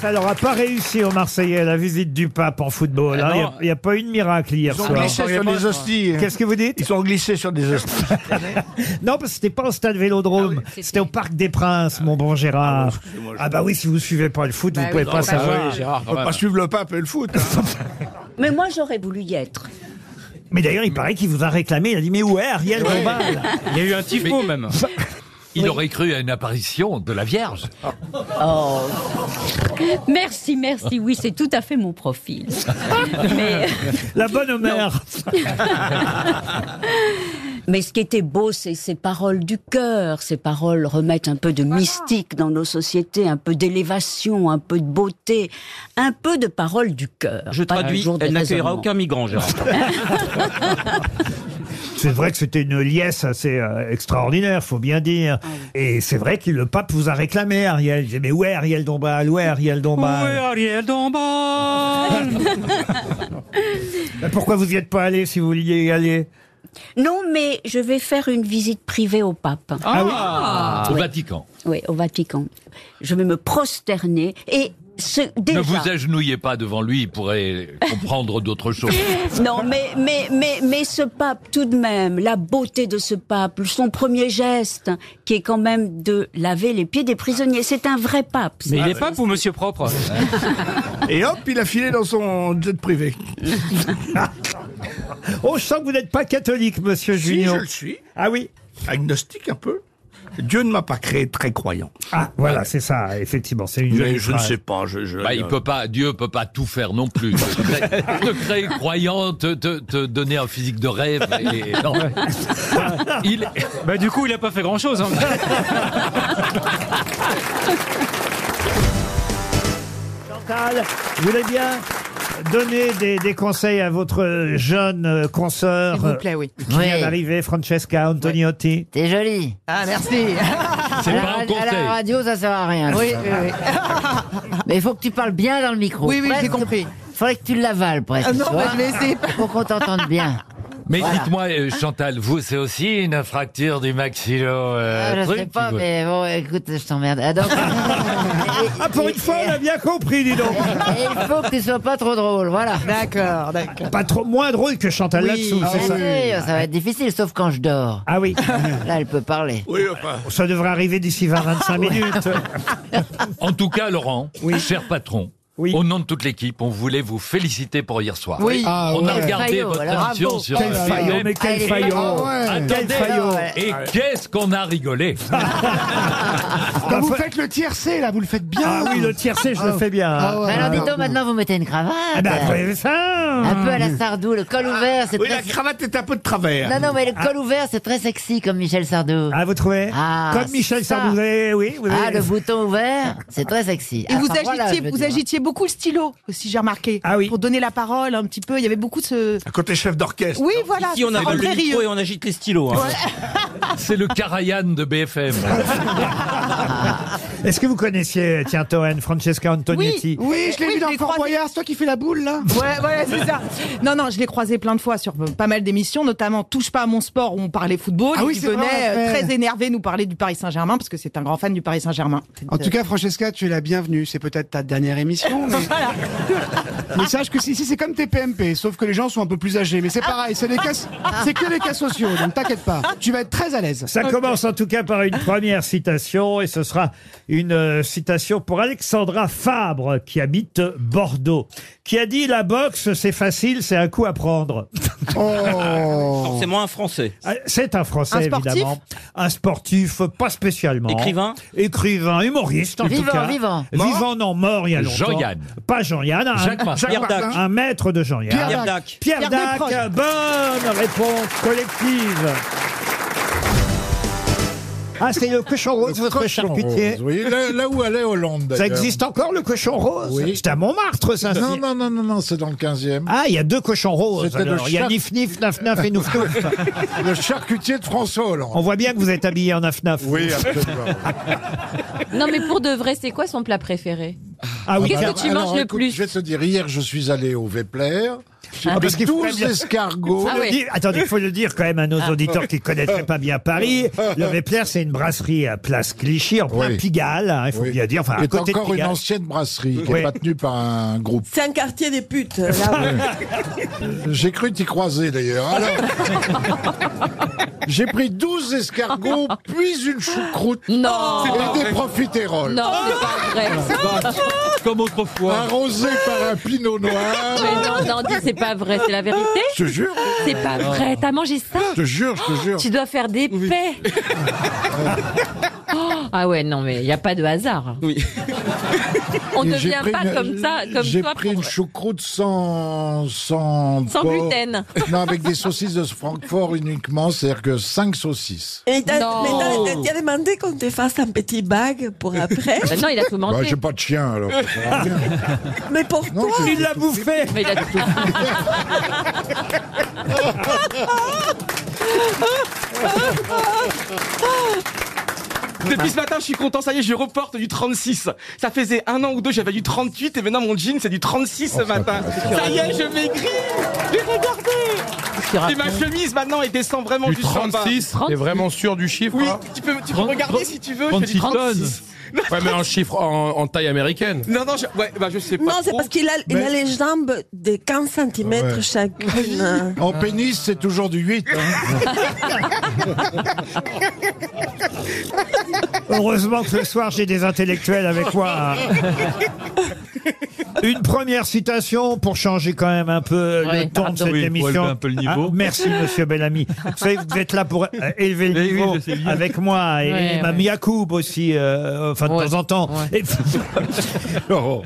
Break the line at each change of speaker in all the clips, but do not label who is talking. Ça n'aura pas réussi aux Marseillais la visite du pape en football.
Eh
hein. Il
non.
n'y a, pas eu de miracle hier
Ils ont
soir.
glissé sur des hosties. hein.
Qu'est-ce que vous dites
Ils sont glissés sur des hosties.
Non, parce que c'était pas au stade Vélodrome. c'était au Parc des Princes, mon bon Gérard. Ah bah oui, si vous suivez pas le foot,
Bah
vous pouvez
oui,
pas
non,
Ah
bah
savoir.
oui,
On peut pas suivre le pape et le foot. hein.
Mais moi, j'aurais voulu y être.
Mais d'ailleurs, il paraît qu'il vous a réclamé. Il a dit mais où est Ariel
Ouais.
Dombal
Il y a eu un typhon même.
Il aurait cru à une apparition de la Vierge.
Oh.
Merci, merci. Oui, c'est tout à fait mon profil. Mais,
La bonne Homère.
Mais ce qui était beau, c'est ces paroles du cœur. Ces paroles remettent un peu de mystique dans nos sociétés, un peu d'élévation, un peu de beauté, un peu de paroles du cœur.
Je
Pas
traduis,
toujours des
elle n'accueillera
raisonnements.
aucun migrant, Gérard.
C'est vrai que c'était une liesse assez euh, extraordinaire, faut bien dire.
Ah
Et c'est vrai que le pape vous a réclamé, Ariel. Il disait, mais où est Ariel Dombal Où est Ariel Dombal
Ariel Dombal
Bah, Pourquoi vous n'y êtes pas allé si vous vouliez y aller
Non, mais je vais faire une visite privée au pape.
Ah.
Au Vatican.
Oui, au Vatican. Je vais me prosterner et ce, déjà.
Ne vous agenouillez pas devant lui, il pourrait comprendre d'autres choses.
Non, mais, mais, mais, mais ce pape, tout de même, la beauté de ce pape, son premier geste, qui est quand même de laver les pieds des prisonniers. C'est un vrai pape.
Mais il est pape ou monsieur propre
Et hop, il a filé dans son jet privé.
Oh, je sens que vous n'êtes pas catholique, monsieur
Si je
Junior.
le suis,
Ah oui
agnostique un peu, Dieu ne m'a pas créé très croyant.
Ah, voilà, c'est ça, effectivement. C'est une jolie
Mais je ne
phrase.
sais pas. Je, je-
Bah, il peut pas, Dieu peut pas tout faire non plus. Te créer, te créer croyant, te, te- te donner un physique de rêve. Et, non. Il,
Bah du coup, il a pas fait grand-chose. hein.
Chantal, vous voulez bien donner des, des conseils à votre jeune euh, consœur
S'il vous
euh,
plaît, oui.
qui vient d'arriver, Francesca Antoniotti
T'es jolie.
Ah, merci.
c'est
À
pas un
la ra- à la
conseil.
radio, ça sert à rien.
Oui, oui, oui.
Mais il faut que tu parles bien dans le micro.
Oui, oui,
Presque-
j'ai compris.
Faudrait que tu l'avales presque.
Ah non,
tu vois,
mais je vais essayer.
Pour qu'on t'entende bien.
Mais
Voilà.
dites-moi, euh, Chantal, vous, c'est aussi une fracture du maxillo. euh,
Ah, je
truc,
sais pas,
vous-
mais bon, écoute, je t'emmerde. Ah, donc-
Ah, pour une fois, on a bien compris, dis donc
Et il faut que tu sois pas trop drôle, voilà.
D'accord, d'accord.
Pas trop, moins drôle que Chantal
Oui,
là-dessous,
ah
c'est
Bien
ça
sûr, ça va être difficile, sauf quand je dors.
Ah oui,
Là, elle peut parler.
Oui, enfin.
ça devrait arriver d'ici 20-25 minutes.
En tout cas, Laurent, cher patron.
Oui.
Au nom de toute l'équipe, on voulait vous féliciter pour hier soir.
Oui.
Ah,
on a
ouais.
regardé
Faillot,
votre
alors,
émission
bravo.
sur
Quel
le
faillot,
web.
mais quel
Allez, les
faillot
Ah
parents,
Quel
Ah, Attendez.
Ah,
faillot
ouais.
Et qu'est-ce qu'on a rigolé
Ah.
Bah,
Quand vous faites le tiercé, là, vous le faites bien.
Ah oui, le tiercé, je le fais bien. hein.
Ah ouais.
Mais alors, dis donc, maintenant, vous mettez une
Ah
cravate.
bah, vous avez ça
Un peu à la Sardou, le col ouvert, c'est
Oui,
très...
la cravate est un peu de travers.
Non, non, mais le col ouvert, c'est très sexy comme Michel Sardou.
Ah, vous trouvez
Ah,
Comme Michel
ça.
Sardou, vous avez- oui. vous
Ah,
avez-
le bouton ouvert, c'est très sexy.
Et vous,
Enfin, voilà,
agitiez,
je veux
vous
dire.
agitiez beaucoup le stylo, aussi, j'ai remarqué.
Ah oui.
Pour donner la parole un petit peu. Il y avait beaucoup de ce.
À côté chef d'orchestre.
Oui, voilà.
Ici, on
c'est
avale le
André
micro
Rieu.
et on agite les stylos. hein.
C'est le Karajan de BFM.
Ah,
Est-ce que vous connaissiez, tiens, Toen, Francesca Antonietti
Oui, je l'ai
Oui,
vu
je
dans
l'ai
Fort
croisé.
Boyard, c'est toi qui fais la boule, là
Ouais, ouais, c'est ça. Non, non, je l'ai croisé plein de fois sur euh, pas mal d'émissions, notamment Touche pas à mon sport où on parlait football.
Ah
et
oui,
il
c'est vrai,
venait euh,
on l'a fait.
très énervé nous parler du Paris Saint-Germain parce que c'est un grand fan du Paris Saint-Germain.
En tout cas, Francesca, tu es la bienvenue. C'est peut-être ta dernière émission. Mais, mais sache que si, si, c'est comme tes PMP, sauf que les gens sont un peu plus âgés. Mais c'est
Ah.
pareil, c'est des cas, c'est que des cas sociaux. Donc t'inquiète pas, tu vas être très à l'aise.
Ça commence en tout cas par une première citation et ce sera une euh, citation pour Alexandra Fabre qui habite Bordeaux, qui a dit la boxe c'est facile, c'est un coup à prendre.
Oh.
Forcément un Français.
Ah, C'est un français
Un sportif
évidemment, un sportif pas spécialement.
Écrivain
écrivain, humoriste en
Vivant,
tout cas.
vivant.
vivant non mort il y a longtemps.
Jean-Yann.
Pas Jean-Yann, un,
Jacques Martin.
Pierre Dac.
un maître de Jean-Yann.
Pierre
Pierre
Dac.
Dac.
Pierre,
Pierre
Dac,
Desproges.
bonne réponse collective. Ah, c'est le cochon rose, votre charcutier.
là, là où allait Hollande.
Ça
d'ailleurs.
existe encore, le cochon rose
Oui.
C'est à Montmartre,
Non,
ça. c'est-
non, non, non, non, c'est dans le 15e.
Ah, il y a deux cochons roses.
C'était le
alors. Il y a
chat.
Nif Nif, Naf Naf et Nouf Nouf.
Le charcutier de François
On
Hollande.
voit bien que vous êtes habillé en Naf Naf.
Oui, absolument.
Non, mais pour de vrai, c'est quoi son plat préféré
Ah oui,
bah,
Qu'est-ce que tu
alors,
manges le
écoute,
plus
Je vais te dire, hier, je suis allé au Vepler. J'ai
Ah,
pris
parce qu'il faut
12
bien-
escargots.
Faut le dire- attendez, il faut le dire quand même à nos
Ah.
auditeurs qui ne connaîtraient pas bien Paris. Le Vepler, c'est une brasserie à Place Clichy, en plein
Oui.
Pigalle, hein, il faut
Oui.
bien dire. Enfin, à
Qui est
côté de
encore une
Pigalle.
ancienne brasserie qui
Oui.
n'est pas tenue par un groupe.
C'est un quartier des putes. euh, là-haut.
J'ai cru t'y croiser d'ailleurs. Alors, j'ai pris 12 escargots, puis une choucroute
Non. C'est pas
et des
vrai.
profiteroles.
Non, c'est pas vrai.
Comme autrefois. Arrosé par un pinot noir.
Mais non, non, dis, c'est pas vrai, c'est la vérité.
Je te jure.
C'est pas vrai, t'as mangé ça
Je te jure,
Oh
je te jure.
Tu dois faire des paix. Oh, ah ouais, non, mais il n'y a pas de hasard.
Oui.
On ne
Et j'ai
devient
pris
pas
une-
comme ça, comme
J'ai
toi.
pris une choucroute sans sans
Sans
porc.
gluten.
Non, avec des saucisses de Francfort uniquement, c'est-à-dire que 5 saucisses.
Et t'as-
Oh.
Non.
mais t'as- t'as demandé qu'on te fasse un petit bag pour après.
Ben non, il a tout
Bah, j'ai pas de chien alors.
Mais pour toi
Il l'a bouffé
Mais il a tout
Depuis ce matin, je suis content, ça y est, je reporte du 36. Ça faisait un an ou deux, j'avais du 38 et maintenant mon jean, c'est du 36 ce matin. Ça y est, je maigris Mais regardez Et ma chemise maintenant, elle descend vraiment du,
Du 36,
samba.
t'es vraiment sûr du chiffre hein.
Oui,
là
tu peux, tu peux
30,
regarder si tu veux, je fais du
36 tonnes
36.
Ouais, mais un chiffre en, en taille américaine.
Non, non, je, ouais, bah, je sais pas.
Non, c'est parce qu'il a, il a
Mais-
les jambes de 15 cm
Ouais.
chacune.
En pénis, c'est toujours du 8.
Euh, Heureusement que le soir, j'ai des intellectuels avec moi. Une première citation pour changer quand même un peu
Ouais,
le ton de
pardon.
cette
Oui, pour
émission. Ah,
élever un peu le niveau.
merci, monsieur Bellamy. Vous savez, vous êtes là pour euh, élever le niveau
je sais bien.
avec moi et,
Ouais,
et Mme
ouais.
Yacoub aussi, euh, enfin, de temps en temps. Et-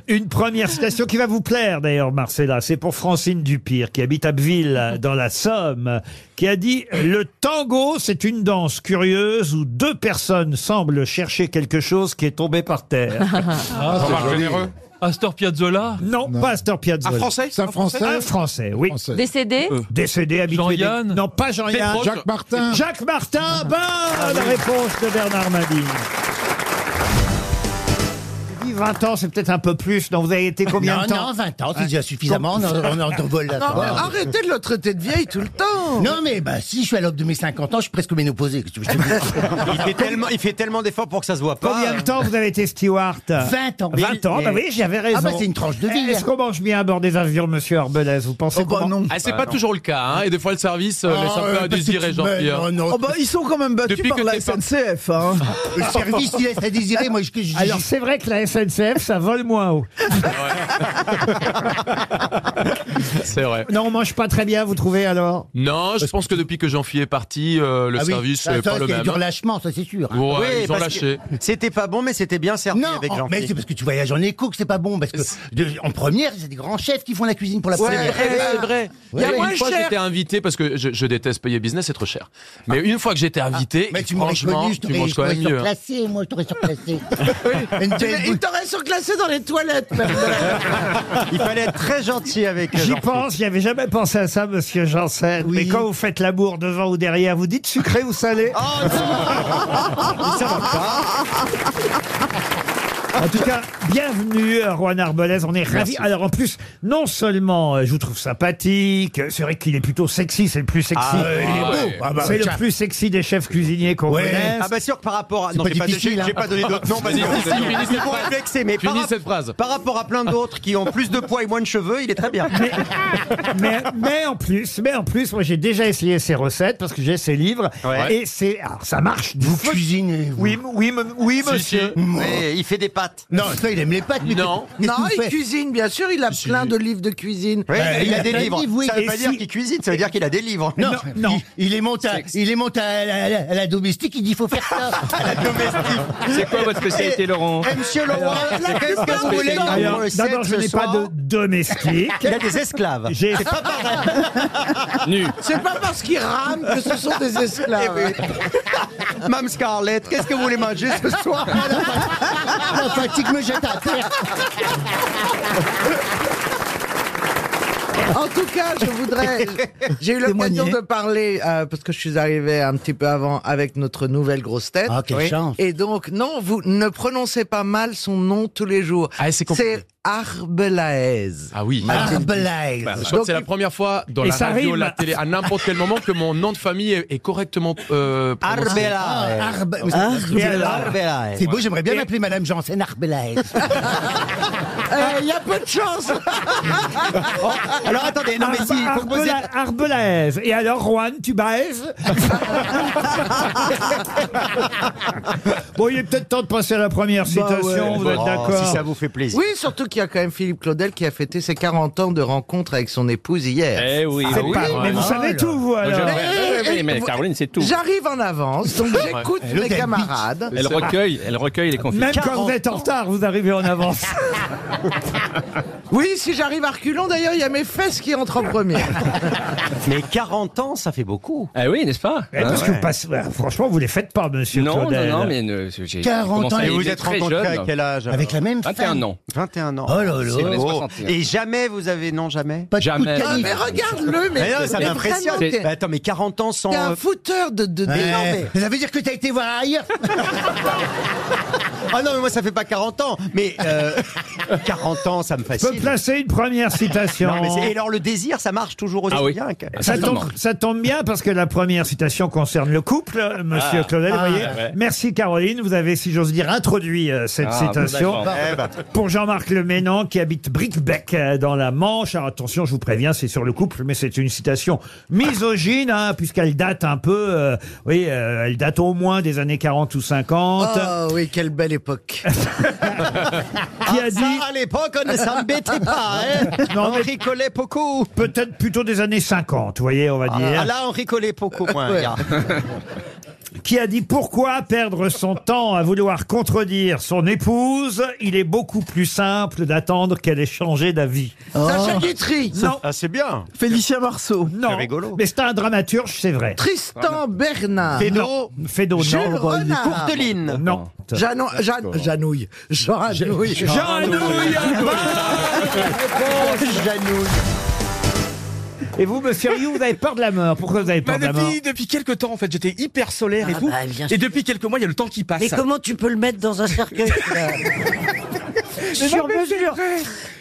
Une première citation qui va vous plaire d'ailleurs, Marcella. C'est pour Francine Dupire, qui habite Abbeville, dans la Somme, qui a dit Le tango, c'est une danse curieuse où deux personnes semblent chercher quelque chose qui est tombé par terre.
Ah, c'est Remarque joli. généreux.
Astor Piazzolla non, pas Astor Piazzolla.
Un Français
C'est un Français
Un Français, oui.
Décédé Euh.
Décédé, habitué. des-
Jean-Yann
Non, pas Jean-Yann.
Pétroche Jacques Martin
Jacques Martin, bonne réponse de Bernard Mabille. Je dis 20 ans, c'est peut-être un peu plus. Non, vous avez été combien
Non,
de temps
non, 20 ans, c'est déjà suffisamment, on en- on en- on vole la
Non,
parole.
mais
arrêtez de le traiter de vieille tout le temps Non mais bah si je suis à l'aube de mes 50 ans, je suis presque ménopausé. qu'est-ce que je te dis
Il fait tellement, il fait tellement d'efforts pour que ça se voit pas.
Combien de temps vous avez été steward
20 ans.
20 ans,
Mais-
bah oui, j'avais raison. Eh,
Ah bah, c'est une tranche de vie. Oh, bah,
Est-ce qu'on mange bien à bord des avions, monsieur Arbelez Vous pensez pas non
Ah, c'est pas toujours le cas, hein. Et des fois, le service euh,
Ah,
laisse un
bah,
peu
euh,
à
bah,
parce que
désirer,
tu
Jean-Pierre.
meurs, non.
Oh bah, ils sont quand même battus
Depuis
par
que
la
t'es pas-
SNCF. hein.
Le service, il laisse à désirer, moi, je- je-
Alors c'est vrai que la SNCF, ça vole moins haut.
C'est vrai.
Non, on mange pas très bien, vous trouvez alors
Non, je pense que depuis que Jean-Philippe est parti, euh, le
Ah oui,
service
ah,
n'est
ça,
pas le
c'est
même.
du relâchement, ça c'est sûr.
Ouais, ils ont
parce
lâché.
que C'était pas bon, mais c'était bien servi
avec
oh,
Jean-Pierre.
Mais c'est parce que tu voyages en éco que c'est pas bon, parce que de- en première, c'est des grands chefs qui font la cuisine pour la
Ouais,
première.
c'est vrai,
Ah.
c'est vrai.
Ouais.
Mais une fois, j'étais invité parce que je, je déteste payer business, c'est trop cher. Mais
Ah.
une fois que j'étais invité,
Mais tu m'aurais
franchement,
connu, je
tu
t'aurais
manges
je
quand
t'aurais
même mieux. hein.
surclassé, moi je t'aurais surclassé.
Il t'aurait surclassé dans les toilettes. même.
Il fallait être très gentil avec.
J'y
Jean-Pierre.
pense, j'y avais jamais pensé à ça, monsieur Janssen. Mais quand vous faites l'amour devant ou derrière, vous dites sucré ou salé
Oh,
En tout cas, bienvenue, euh, Juan Arbelez. On est ravis.
Merci.
Alors, en plus, non seulement euh, je vous trouve sympathique, euh, c'est vrai qu'il est plutôt sexy, c'est le plus sexy.
Ah, ouais, il est beau.
Ouais.
Ah bah,
c'est le
tiens.
plus sexy des chefs cuisiniers qu'on connaisse.
Ah bah sûr que par rapport à...
C'est
Non,
pas
j'ai pas, j'ai-
difficile, hein.
j'ai pas donné d'autres noms, vas-y,
Finis
vas-y,
cette
finis.
phrase.
Il faut réfléchir, mais par,
Finis
rap-
cette phrase.
par rapport à plein d'autres qui ont plus de poids et moins de cheveux, il est très bien.
mais, mais en plus, mais en plus, moi j'ai déjà essayé ses recettes parce que j'ai ses livres
Ouais.
et c'est alors ça marche. Vous
cuisinez
Oui, m- oui, m- oui,
Si,
monsieur.
si. Mais il fait des pâtes.
Non, ça, il aime les pâtes, mais
Non.
Non, il cuisine, bien sûr, il a plein de livres de cuisine.
Oui,
Euh,
il a des
plein de
livres.
livres, oui.
Ça veut
Et
pas dire
si-
qu'il cuisine, ça veut dire qu'il a des livres.
Non, Il, il les monte à, il les monte à, la- à la- à la domestique, il dit faut faire ça.
Ah, C'est quoi votre spécialité, Laurent
Eh, monsieur Laurent, qu'est-ce que vous voulez dans
Alors,
vos recettes
D'abord, je
ce
n'ai pas
soir
de domestique.
Il a des esclaves.
J'ai-
C'est pas pareil.
Nu.
C'est pas parce qu'ils rament que ce sont des esclaves.
Eh oui. Mme Scarlett, qu'est-ce que vous voulez manger ce soir
La fatigue me jette à terre.
En tout cas, je voudrais. J'ai eu l'occasion
Témoigner.
de parler, euh, parce que je suis arrivée un petit peu avant avec notre nouvelle grosse tête.
Ah, quelle chance.
Et donc, non, vous ne prononcez pas mal son nom tous les jours.
Ah,
c'est Arbelaez.
Ah oui.
Arbelaez.
Bah, je crois que c'est la première fois dans
Et
la
ça
radio,
rime.
la télé, à n'importe quel moment que mon nom de famille est, est correctement euh,
Ah,
prononcé.
Ah,
Arbelaez. Arbe- vous savez, Arbelaez. C'est beau, j'aimerais bien m'appeler Madame Janssen Arbelaez.
Il y a peu de chance.
Alors attendez, non mais si. Arbelaise. Et alors, Juan, tu baises Bon, il est peut-être temps de passer à la première citation, vous êtes d'accord
Oui, surtout qu'il y a quand même Philippe Claudel qui a fêté ses 40 ans de rencontre avec son épouse hier.
Eh oui,
C'est
ah
bah oui.
pas
hein.
Ouais.
vrai.
Mais vous savez tout, vous,
Bah,
alors.
Mais-
Oui, oui, mais
vous-
Caroline, c'est tout.
J'arrive en avance, donc
Ouais.
j'écoute
Elle
mes
est
camarades.
Elle recueille, elle recueille les confidences.
Même quand vous êtes en retard, vous arrivez en avance.
Oui, si j'arrive à reculons, d'ailleurs, il y a mes fesses qui entrent en premier.
Mais 40 ans, ça fait beaucoup. Eh oui, n'est-ce pas
Eh, parce
Ah
que
ouais.
vous passez- bah, franchement, vous les faites pas, monsieur
Non, non,
Claudel.
non, mais ne-
euh,
j'ai- j'ai
40
commencé
ans.
à
Et vous
aimer
êtes
très
rencontrés
jeune.
à quel âge alors
Avec la même 21
femme
ans.
21 ans.
Oh là là.
C'est
Oh.
beau.
Et
Et jamais vous avez. Non, jamais
de Jamais. Bah, coup de
Ah,
canif.
mais regarde-le, mais.
Mais non, ça
mais
m'impressionne.
vraiment,
C'est-
t'es- attends, mais 40 ans sans.
T'es un
euh,
fouteur de. de, de-
Ouais.
Non, mais ça veut dire que t'as été voir ailleurs.
Ah non, mais moi, ça fait pas 40 ans. Mais euh, 40 ans, ça me
Je
fascine.
peux placer une première citation.
Non, mais c'est- et alors, le désir, ça marche toujours
Ah
aussi bien. que-
Bah, Ça tombe, ça tombe bien parce que la première citation concerne le couple, euh, monsieur
Ah.
Claudel. vous
Ah,
voyez.
ouais.
Merci Caroline, vous avez, si j'ose dire, introduit euh, cette
Ah,
citation
d'accord. Eh ben.
pour Jean-Marc Le Ménan qui habite Brickbeck euh, dans la Manche. Alors, attention, je vous préviens, c'est sur le couple, mais c'est une citation misogyne hein, puisqu'elle date un peu, euh, oui, euh, elle date au moins des années 40 ou 50.
Oh oui, quelle belle époque. Ah,
qui a dit
à l'époque, on ne s'embêtait pas. Hein
Non,
on
mais-
rigolait beaucoup.
Peut-être plutôt des années 50, vous voyez, on va dire.
Ah, là, on rigolait beaucoup moins.
Ouais.
gars.
qui a dit pourquoi perdre son temps à vouloir contredire son épouse Il est beaucoup plus simple d'attendre qu'elle ait changé d'avis.
Sacha Guitry.
Non.
Ah, c'est bien.
Félicien Marceau. Non. Mais c'est un dramaturge, c'est vrai.
Tristan Bernard.
Fédot. Fédot, non.
Jules Renard.
Courteline. Non.
Janon, Jan- Janouille. Janouille.
Jean- Janouille.
Janouille.
Et vous, monsieur Rioux, vous avez peur de la mort. Pourquoi vous avez peur
Bah,
de la mort
depuis, depuis quelques temps, en fait, j'étais hyper solaire et
Ah,
tout.
bah, bien sûr.
et depuis quelques mois, il y a le temps qui passe.
Mais comment tu peux le mettre dans un cercueil
Sur mesure.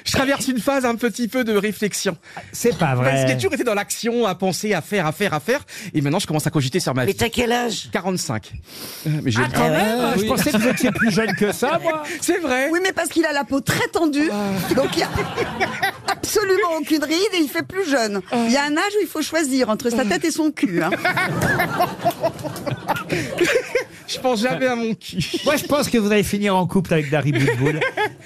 Je traverse une phase un petit peu de réflexion.
C'est pas vrai.
Parce que j'ai toujours été dans l'action, à penser, à faire, à faire, à faire. Et maintenant, je commence à cogiter sur ma vie. Mais t'as quel âge 45. Euh, Mais j'ai
Ah, quand même, je pensais que vous étiez plus jeune que ça, moi.
C'est vrai.
Oui, mais parce qu'il a la peau très tendue, donc il n'y a absolument aucune ride et il fait plus jeune. Il y a un âge où il faut choisir entre sa tête et son cul. hein.
Je pense jamais à mon cul.
Moi, je pense que vous allez finir en couple avec Dari Boudboul.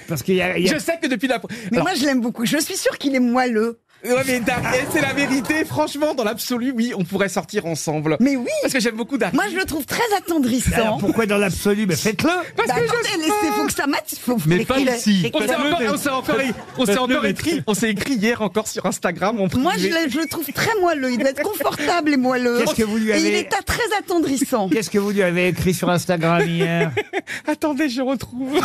parce qu'il y a. il y a-
Je sais que depuis la.
Mais moi, je l'aime beaucoup. Je suis sûre qu'il est moelleux.
Ouais, mais Dar- eh, c'est la vérité. Franchement, dans l'absolu, oui, on pourrait sortir ensemble. Mais oui. Parce que j'aime beaucoup Dari.
Moi, je le trouve très attendrissant.
Alors, pourquoi dans l'absolu Mais faites-le
Bah,
que je
attendez,
sais.
laissez- faut que ça mate. Faut faut qu'il ait-
On
qu'il
s'est
ait-
encore, on s'est encore- on s'est encore écrit. On s'est écrit hier encore sur Instagram. en
Moi, je,
privé.
l'ai- je le trouve très moelleux. Il doit être confortable et moelleux.
Qu'est-ce que vous lui
Et il
avez-
est à- très attendrissant.
Qu'est-ce que vous lui avez écrit sur Instagram hier
Attendez, je retrouve.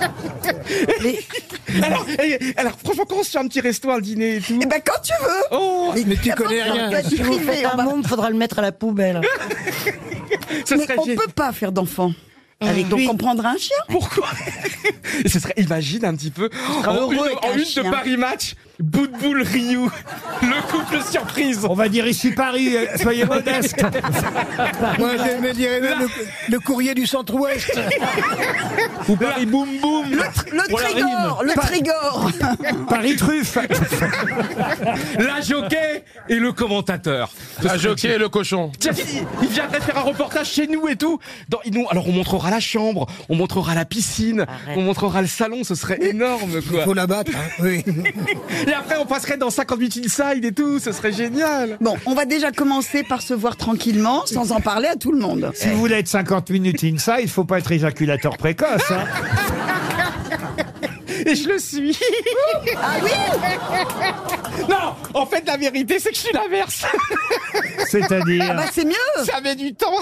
Ah.
alors, eh, alors, franchement, quand on se fait un petit resto, un dîner et tout. Eh
ben, quand tu veux.
Oh,
Mais tu connais rien.
Ça
Si vous faites un
serait
monde, faudra le mettre à la poubelle. Mais on
gé-
peut pas faire d'enfant. Avec donc on prendra un chien.
Pourquoi Ce serait, imagine un petit peu.
seras
en
heureux
une,
avec
en
un
une
chien.
de Paris Match, bout de boule Ryu, le couple surprise.
On va dire ici Paris, euh, soyez modeste.
Moi, je me dirais même le-
courrier du centre-ouest.
Ou Paris Boum Boum.
Le Trégor, le Trégor.
Paris Truffe.
La jockey et le commentateur.
La jockey et le cochon.
Tiens, il, il viendrait faire un reportage chez nous et tout. Dans, ils nous- alors on montrera la chambre, on montrera la piscine, on montrera le salon, ce serait énorme quoi.
Faut l'abattre. hein, Oui.
Et après on passerait dans 50 minutes inside et tout, ce serait génial.
Bon, on va déjà commencer par se voir tranquillement, sans en parler à tout le monde.
Si vous voulez être 50 minutes inside, il faut pas être éjaculateur précoce. hein.
Et je le suis.
Ah oui
Non, en fait la vérité c'est que je suis l'inverse.
C'est-à-dire.
Ah bah c'est mieux
Ça met du temps.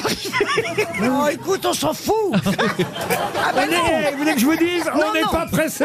Non, écoute, on s'en fout Ah bah
Allez,
non
vous voulez que je vous dise
Non,
On n'est
non.
pas pressé.